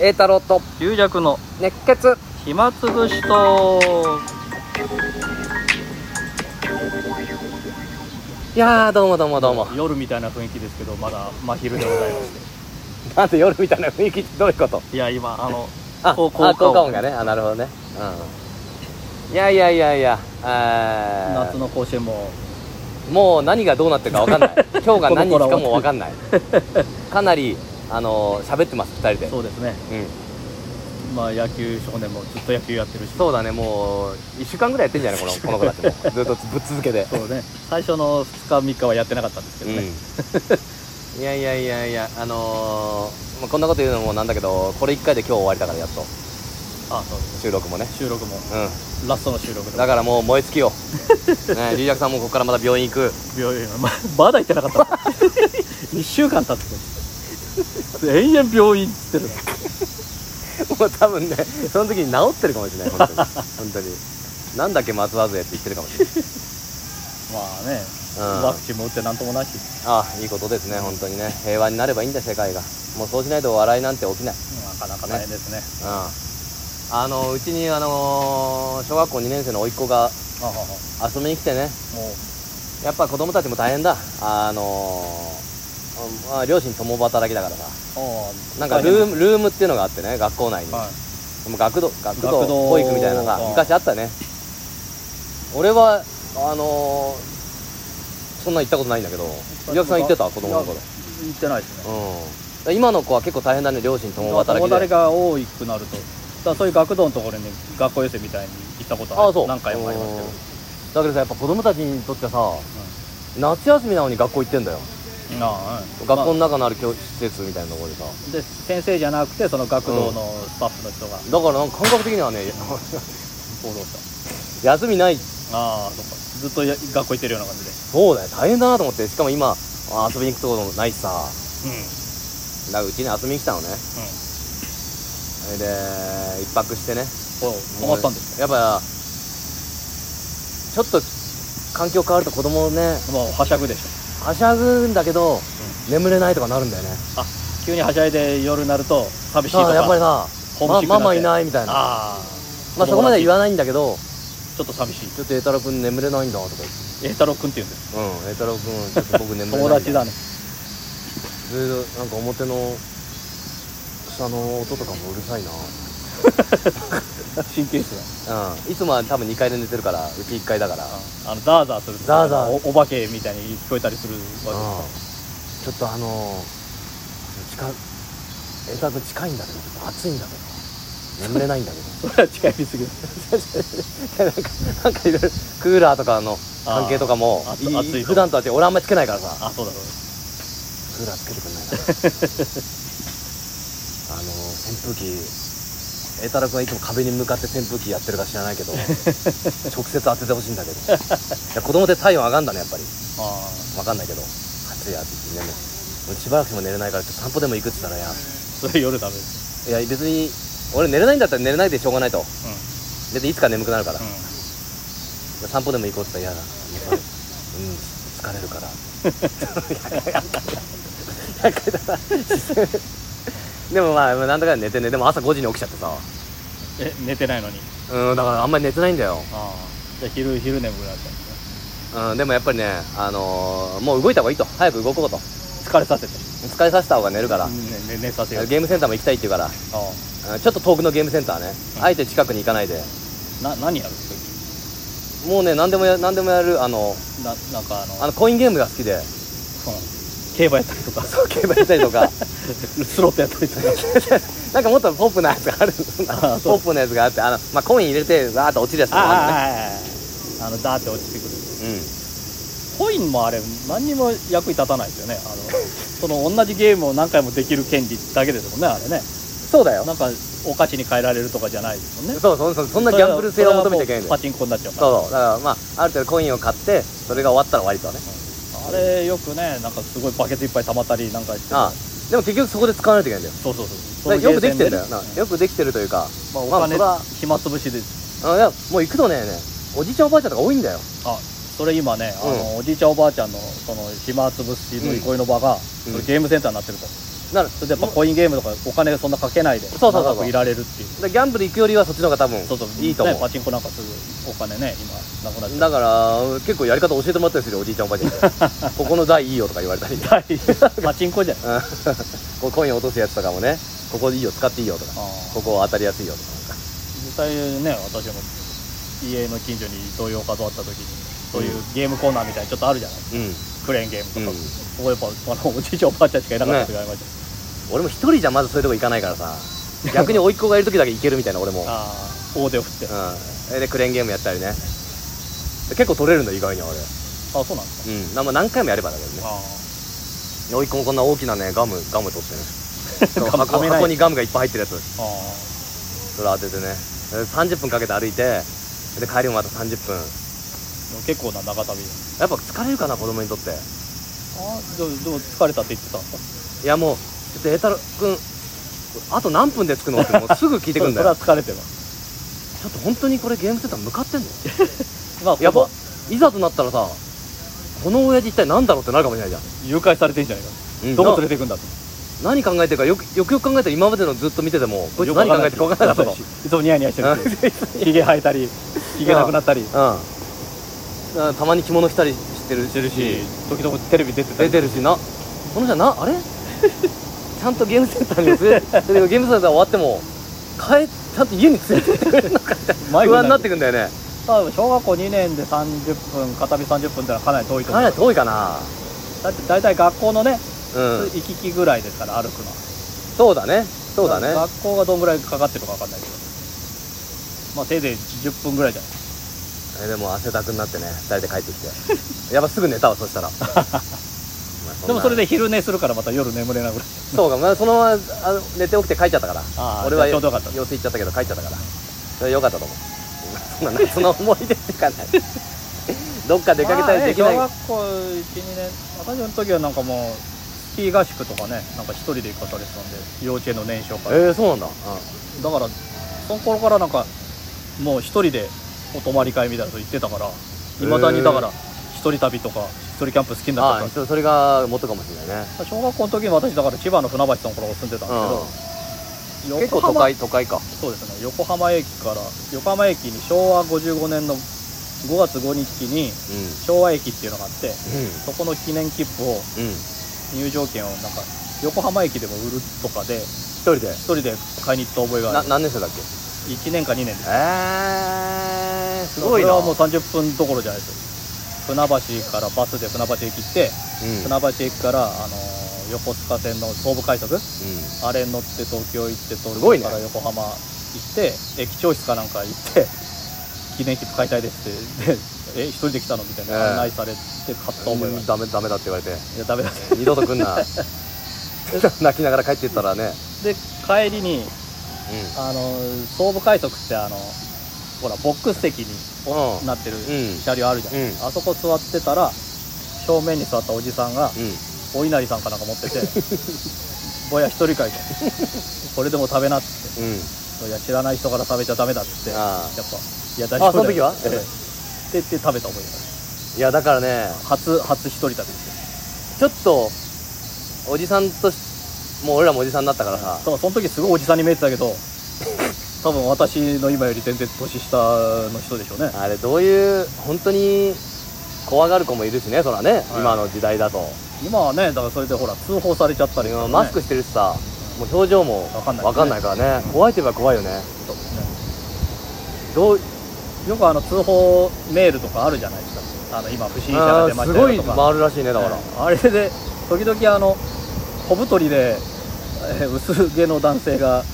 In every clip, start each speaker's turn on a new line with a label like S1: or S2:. S1: 栄太郎と
S2: 龍弱の
S1: 熱血
S2: 暇つぶしと
S1: いやーどうもどうもどうも
S2: 夜みたいな雰囲気ですけどまだ真昼でございまし
S1: なんで夜みたいな雰囲気ってどういうこと
S2: ていや今あの
S1: あ
S2: こう
S1: あ効
S2: 効果
S1: 果
S2: 音
S1: 音がねあなるほどねうんいやいやいやいやあ
S2: 夏の甲子園も
S1: ーもう何がどうなってるかわかん ない今日が何日かもわかんないかなりあのー喋ってます2人で
S2: そうですね
S1: うん
S2: まあ野球少年もずっと野球やってるし
S1: そうだねもう1週間ぐらいやってんじゃないこのこの子たちもずっとぶっ続けて
S2: そうね最初の2日3日はやってなかったんですけ どね、
S1: うん、いやいやいやいやあのーまあ、こんなこと言うのもなんだけどこれ1回で今日終わりだからやっと
S2: あそうです
S1: 収録もね
S2: 収録も
S1: う
S2: ラストの収録
S1: ん
S2: で
S1: だからもう燃え尽きよ うね龍尺さんもここからまた病院行く
S2: 病院ままだ行ってなかった1週間経って延々病院っつってる
S1: もう多分ねその時に治ってるかもしれない本当に本当になんだっけ松葉杖って言ってるかもしれない
S2: まあね、
S1: うん
S2: ワクチンも打ってなんともないし、
S1: ああいいことですね本当にね平和になればいいんだ世界がもうそうしないと笑いなんて起きない
S2: なかなか大変ですね
S1: うんあのうちにあのー小学校2年生の甥っ子が
S2: ああああ
S1: 遊びに来てね
S2: もう
S1: やっぱ子供たちも大変だあのーまあ、両親共働きだからさ
S2: ああ
S1: なんかルームルームっていうのがあってね学校内に、
S2: はい
S1: でも学童学童
S2: 学童
S1: 保育みたいなさ
S2: あ
S1: 昔あったね俺はあのーそんな行ったことないんだけど岩木さん行ってた子供の頃
S2: いや行ってないですね
S1: うん今の子は結構大変だね両親共
S2: 友
S1: 働きで
S2: 達が多くなるとだからそういう学童のところに学校寄せみたいに行ったこと
S1: あ
S2: は
S1: あそう
S2: 何回もありますけ
S1: だけどさやっぱ子供たちにとってさ、夏休みなのに学校行ってんだよ
S2: どああ、うん、
S1: 学校の
S2: ま
S1: 中のある教施設みたいなところでさ
S2: あで先生じゃなくてその学童のスタッフの人
S1: だ
S2: が、
S1: からなんか感覚的にはね
S2: 行動し
S1: 休みない
S2: たああそっかずっとや学校行ってるような感じで
S1: そうだよ大変だなと思ってしかも今遊びに行くところもないしさだからうちに遊びに来たのねそれで一泊してね
S2: うんうんお泊まったんです
S1: やっぱちょっと環境変わると子供ね
S2: かもうはしゃぐでしょ
S1: はしゃぐんだけど、眠れないとかなるんだよね
S2: あ急にはしゃいで夜になると寂しいと
S1: さ
S2: か
S1: あやっぱりさ、
S2: ホーム
S1: ま
S2: シックになって
S1: ママいないみたいな
S2: ああ
S1: まあそこまでは言
S2: わ
S1: わないんだけど
S2: ちょっと寂しい
S1: ちょっと栄太郎君眠れないんだとか言って
S2: 栄太郎君って言うんです
S1: うん栄太郎君ちょっと僕眠れない
S2: 友達だね
S1: それでなんか表の下の音とかもうるさいな
S2: 神経質だ
S1: うんいつもは多分2階で寝てるからうち1階だから、うん
S2: あのザーザーすると
S1: ザーザー
S2: おお化けみたいに聞こえたりするわ
S1: ちょっとあのー、近江太君近いんだけどちょっと暑いんだけど眠れないんだけ
S2: けそれは近いすぎる
S1: どなんかなんかいろいろクーラーとかの関係とかも
S2: あー
S1: いい
S2: 暑いと
S1: 普段とは違う俺あんまりつけないからさ
S2: あそうだそう
S1: クーラーつけてくんないか なあのー、扇風機栄太郎君はいつも壁に向かって扇風機やってるか知ら ないけど直接当ててほしいんだけどいや子供って体温上がんだねやっぱり
S2: だあー
S1: わかんないけど暑い暑い眠いもうしばらくしても寝れないからちょっと散歩でも行くって言ったらいや
S2: それ夜食べる
S1: いや別に俺寝れないんだったら寝れないでしょうがないと
S2: うん
S1: 別にいつか眠くなるから、
S2: うん
S1: 散歩でも行こうって言ったら嫌だもうそれうん疲れるから 100回だなでもまあなんだかんだ寝てねでも朝5時に起きちゃってさ
S2: え寝てないのに
S1: うんだからあんまり寝てないんだよ、
S2: ああじゃあ昼昼眠くなっちゃう
S1: うん、でもやっぱりねあのーもう動いた方がいいと早く動こうと
S2: 疲れさせて
S1: 疲れさせた方が寝るから、
S2: ねね寝させよう
S1: ゲームセンターも行きたいって言うから
S2: ああ
S1: あちょっと遠くのゲームセンターね、
S2: うん
S1: あえて近くに行かないで、
S2: な何やる
S1: もうね、何でもや何でもやる、あの
S2: ななんかあの
S1: あのコインゲームが好きで、
S2: うん競馬やったりとか
S1: 競馬やったりとか、
S2: スロットやったりとか
S1: なんかもっとポップなやつがある、そんな
S2: あそう
S1: ポップなやつがあって、あのまあ、コイン入れて、わーっと落ちるやつとか あ
S2: あああのダーって落ちてくる
S1: るね、
S2: コインもあれ何にも役に立たないですよねあの その同じゲームを何回もできる権利だけですもんねあれね
S1: うん、そうだよ、
S2: なんかお菓子に変えられるとかじゃないですもんね
S1: そうそうそう、そんなギャンブル性を求めちゃいけないん
S2: それ
S1: だよ、
S2: はもうパチンコになっちゃうから
S1: そうそう、だから、まあ、ある程度コインを買って、それが終わったら終わりとね、
S2: あれよくねなんかすごいバケツいっぱい溜まったりなんかして
S1: ああでも結局そこで使わないといけないんだよ、
S2: そうそうそう
S1: だからよくできてるんだよな、
S2: そ
S1: よくできてるというか、
S2: のゲーセンでねまあ、お金、
S1: まあ
S2: 暇つぶしで
S1: それは、あいやもう行くとねね、おじいちゃん、おばあちゃんとか多いんだよ。
S2: あそれ今ね、
S1: うん
S2: あのおじいちゃんおばあちゃんのその暇つぶしの憩いの場が、そのゲームセンターになってると、
S1: だから
S2: それでやっぱコインゲームとかお金そんなかけないで
S1: そうそうそう
S2: 長くいられるっていう
S1: ギャンブル行くよりはそっちの方が多分
S2: そうそう
S1: いいと思う
S2: ね、パチンコなんかすぐお金ね今なくなっちゃ
S1: だから結構やり方教えてもらったりするよおじいちゃんおばあちゃんに ここの台いいよとか言われたりうん
S2: う パチン コじゃん
S1: こうコイン落とすやつとかもねここいいよ使っていいよとかここ当たりやすいよとかなんか
S2: 実際ね私も家の近所に東洋飾った時にそういうゲームコーナーみたいにちょっとあるじゃない
S1: うん
S2: クレーンゲームとか、
S1: うん
S2: そこやっぱあのおじいちゃんおばあちゃんしかいなかった時がありました、
S1: 俺も一人じゃまずそういうとこ行かないからさ逆に甥っ子がいる時だけ行けるみたいな俺も
S2: ああ大手を振って、あ
S1: うんでクレーンゲームやったりねで結構取れるんだよ意外に俺
S2: そうなんです
S1: う
S2: か
S1: んなまあ何回もやればだけどね
S2: あ
S1: 甥っ子もこんな大きなねガムガム取ってね そう
S2: ガム
S1: 箱
S2: 噛めない
S1: 箱にガムがいっぱい入ってるやつ
S2: ああ
S1: それ当ててねで30分かけて歩いてで帰りもまた30分
S2: でも結構な長旅あ
S1: やっぱ疲れるかな子供にとって
S2: あでもでも疲れたって言ってたんですか
S1: いやもうちょっと栄太郎君あと何分で着くのってもうすぐ聞いてくんだよ
S2: それは疲れてます
S1: ちょっと本当にこれゲームセンター向かってんの
S2: まあ
S1: やっぱ
S2: ほぼ
S1: いざとなったらさこの親父一体何だろうってなるかもしれないじゃん
S2: 誘拐されてんじゃないか、
S1: うん
S2: どこ連れてくんだと
S1: 何考えてるかよくよくよく考えたら今までのずっと見ててもこいつ
S2: よくわ
S1: 何
S2: かん
S1: 考
S2: な
S1: えてるか分
S2: い
S1: からなかった
S2: しいつもニヤニヤして るしひげ生えたりひげなくなったり
S1: のうんだからたまに着物着たりしてる
S2: してるし時々テレビ出てた
S1: 出
S2: り
S1: てるしなこのじゃな あれちゃんとゲームセンターにも連れてでもゲームセンター終わっても帰ちゃんと家に連れてってくれるのかって不
S2: 迷子
S1: 安になって
S2: る
S1: くんだよね
S2: まあ小学校2年で30分片道30分ってのはかなり遠いと
S1: か
S2: 思
S1: な
S2: う
S1: り遠いかな
S2: だって大体学校のね
S1: うん
S2: 行き来ぐらいですから歩くのは
S1: そうだねそうだね
S2: 学校がどんぐらいかかってるかわかんないけどまあせいぜい10分ぐらいじゃない
S1: えでも汗だくになってね2人で帰ってきてやっぱすぐ寝たわそ したらまあんな
S2: でもそれで昼寝するからまた夜眠れなくなる
S1: そうか、まあ、そのままあの寝て起きて帰っちゃったから
S2: あー
S1: 俺は
S2: じゃあちょうどよかった
S1: 様子行っちゃったけど帰っちゃったからそれよかったと思うそんなその思い出って かないどっか出かけたりできない、
S2: まあね小学校12年私の時はなんかもうスキー合宿とかねなんか一人で行かされてたんで幼稚園の年少から
S1: えー、そうなんだ、
S2: だからその頃からなんかもう一人でお泊まり会みたいなこと言ってたからいまだにだから一人旅とか一人キャンプ好きになっち
S1: あ
S2: ゃっ
S1: あそそれが元かもしれないね、
S2: た小学校の時に私だから千葉の船橋の頃住んでたん
S1: う
S2: ですけ
S1: ん、
S2: ど、
S1: 結構
S2: 横
S1: 都
S2: 浜
S1: 会都会か
S2: そうですね横浜駅から横浜駅に昭和55年の5月5日に
S1: うん
S2: 昭和駅っていうのがあって
S1: う
S2: そこの記念切符を
S1: んうん
S2: 入場券をなんか横浜駅でも売るとかで
S1: 一人で
S2: 一人で買いに行った覚えがあ
S1: な
S2: る
S1: 何年生だっけ
S2: 1年か2年です
S1: えー、す
S2: そ
S1: ごい
S2: れ
S1: な
S2: はもう30分どころじゃないですよ船橋からバスで船橋駅行って、
S1: うん
S2: 船橋駅から、あのー横須賀線の総武快速
S1: う
S2: あれに乗って東京行って東
S1: ごい
S2: 京
S1: ね
S2: から横浜行って、駅長室かなんか行って記念切符買いたいですってでえ一人で来たのみたい
S1: ええ
S2: な案内されて買った覚えがあ
S1: んダメダメだって言われて
S2: るいやダメだ
S1: 二度と来ん な泣きながら帰ってったらね、
S2: で帰りにあの総武快速ってあのほらボックス席に
S1: うん
S2: なってる
S1: ん
S2: 車両あるじゃん、
S1: うん
S2: あそこ座ってたら正面に座ったおじさんが
S1: うん
S2: お稲荷さんかなんか 持っててぼや一人会でこれでも食べなっつっ
S1: うん
S2: ていや知らない人から食べちゃダメだっつってやっぱ
S1: あ
S2: いや大丈夫
S1: あその時は
S2: だよって言って食べた覚えがあ
S1: あいやだからね
S2: る初初一人旅ですよ
S1: ちょっとおじさんとしもう俺らもおじさんになったからさ
S2: だからその時すごいおじさんに見えてたけ ど多分私の今より全然年下の人でしょうね
S1: あれどういう本当に怖がる子もいるしねそらね、
S2: い
S1: 今の時代だと
S2: 今はねだからそれでほら通報されちゃったりとかね
S1: マスクしてるしさもう表情も
S2: わかんない
S1: わかんないからね怖いといえば怖いよね
S2: とかね
S1: どう
S2: よくあの通報メールとかあるじゃないですかあの今不審者
S1: あ
S2: が出
S1: ー
S2: まし
S1: す
S2: た
S1: ごい
S2: よとか
S1: 回るらしいねだから、
S2: あれで時々あの小太りで、えー薄毛の男性があの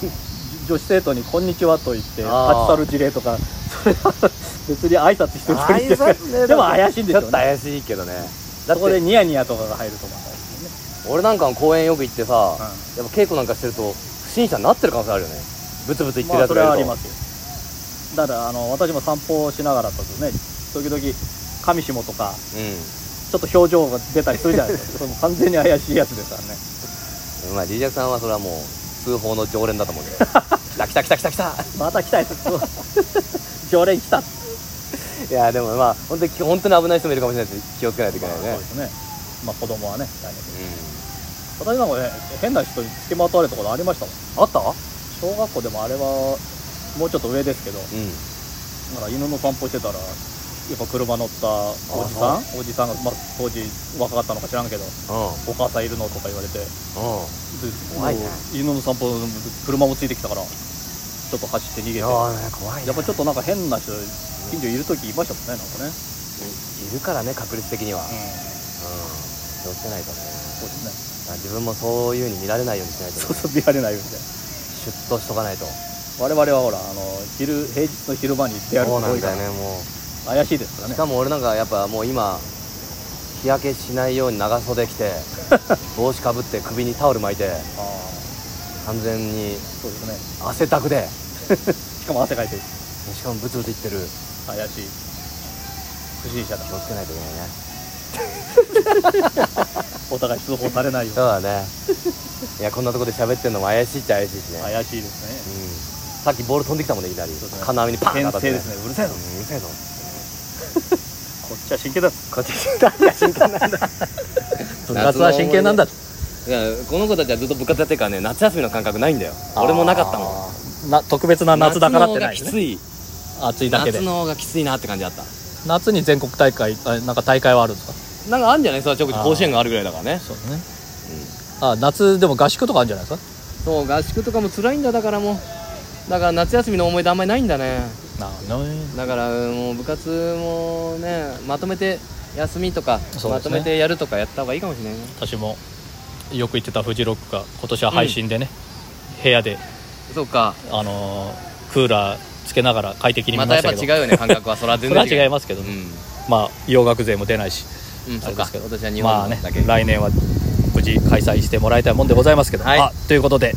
S2: じ女子生徒に「こんにちは」と言って立ち
S1: あー
S2: 去る事例とかそれは別に挨拶してる時
S1: 挨拶ね
S2: でも怪しいんでしょ
S1: ちょ
S2: う
S1: っと
S2: ね
S1: 怪しいけどねだ
S2: そ
S1: っ
S2: こで
S1: て
S2: ニヤニヤとかが入ると思うんです
S1: 俺なんかも公園よく行ってさ、
S2: よね、
S1: やっぱ稽古なんかしてると不審者になってる可能性あるよねブツブツ言ってる
S2: まあ
S1: やつ
S2: それは
S1: が
S2: あ
S1: いる
S2: り
S1: と、
S2: ますよだからあの私も散歩をしながらだとね時々上下とか
S1: うん
S2: ちょっと表情が出たりするじゃないです かそれも完全に怪しいやつですからね
S1: まあ、リージャクさんはそれはもう通報の常連だと思うけど 来た来た来た来た来た
S2: また来たよ 常連来たって
S1: いやでもまあ本当に本当に危ない人もいるかもしれないし気をつけないといけないよね
S2: そうですねまあ子供はね大変です
S1: う
S2: 私なんかね変な人に付きまとわれたことありましたもん
S1: あったうん
S2: 小学校でもあれはもうちょっと上ですけどなんか犬の散歩してたらやっぱ車乗ったおじ
S1: あ
S2: さんおじさんが、まあ、当時若かったのか知らんけど「お母さんいるの?」とか言われてで
S1: うんうん怖いね
S2: もう犬の散歩車もついてきたからちょっと走って逃げて
S1: いや
S2: や
S1: ーね怖いね
S2: っぱちょっとなんか変な人近所いる時いましたもんねなんかね
S1: いるからね確率的には、うん、
S2: うん
S1: 気をつけないとね
S2: そうですね
S1: まあ自分もそういうふうに見られないようにしないと、ね、
S2: そうそう見られないようにね
S1: シュッとしとかないと
S2: 我々はほらあの昼平日の昼間に出歩
S1: そう
S2: く
S1: な
S2: の多
S1: ん
S2: いか
S1: だ
S2: ら、
S1: よねもう
S2: 怪しいですから
S1: し
S2: ね
S1: かも俺なんかやっぱもう今日焼けしないように長袖着 て帽子かぶって首にタオル巻いて
S2: あ
S1: 完全に
S2: ーそうですね
S1: 汗だくで
S2: しかも汗かいてる
S1: しかもブツブツいってる
S2: 怪しい不審者だ
S1: 気をつけないといけないね
S2: お互い通報されないように
S1: そうだ ねいやこんなとこで喋ってるのも怪しいっちゃ怪しいしね、
S2: 怪しいですね
S1: うん、さっきボール飛んできたもんねいきなり
S2: そうですね
S1: 金網にパンって
S2: 牽
S1: 当たって、
S2: 制ですねうるさいぞ
S1: うんうるさいぞ
S2: こっちは真剣だ
S1: こっち何が真剣なん だ
S2: 部活は真剣なんだ
S1: いやこの子たちはずっと部活やってるからね夏休みの感覚ないんだよ俺もなかったもん
S2: んな特別な夏だからってない
S1: 夏の方が
S2: ですね
S1: きつい
S2: 暑いだけで
S1: 夏の方がきついなって感じだった
S2: 夏に全国大会あなんか大会はあるんですか
S1: なんかあるんじゃないそれは直
S2: あー
S1: 甲子園があるぐらいだからね
S2: そうねあ夏でも合宿とかあるんじゃないです
S1: そう合宿とかも辛いんだだからもうだから夏休みの思い出あんまりないんだね
S2: かなあね
S1: だからもう部活もねまとめて休みとか、
S2: そう
S1: ま
S2: です
S1: と
S2: ね
S1: めてやるとかやった方がいいかもしれないね
S2: 私もよく行ってたフジロックが今年は配信でね、部屋で、
S1: そうか
S2: あのークーラーつけながら快適に見
S1: また
S2: ま
S1: や
S2: し
S1: っぱ
S2: たけ
S1: 違
S2: ど、
S1: うよね感覚はそれは全然
S2: それは違いますけど
S1: う
S2: ね、
S1: ん
S2: まあ洋楽勢も出ないし
S1: うん、
S2: あ
S1: そ
S2: れ
S1: う
S2: で
S1: か
S2: すけど
S1: 私は日
S2: まあ
S1: 本
S2: ね
S1: だけ、
S2: 来年は無事開催してもらいたいもんでございますけど、
S1: はい
S2: あということで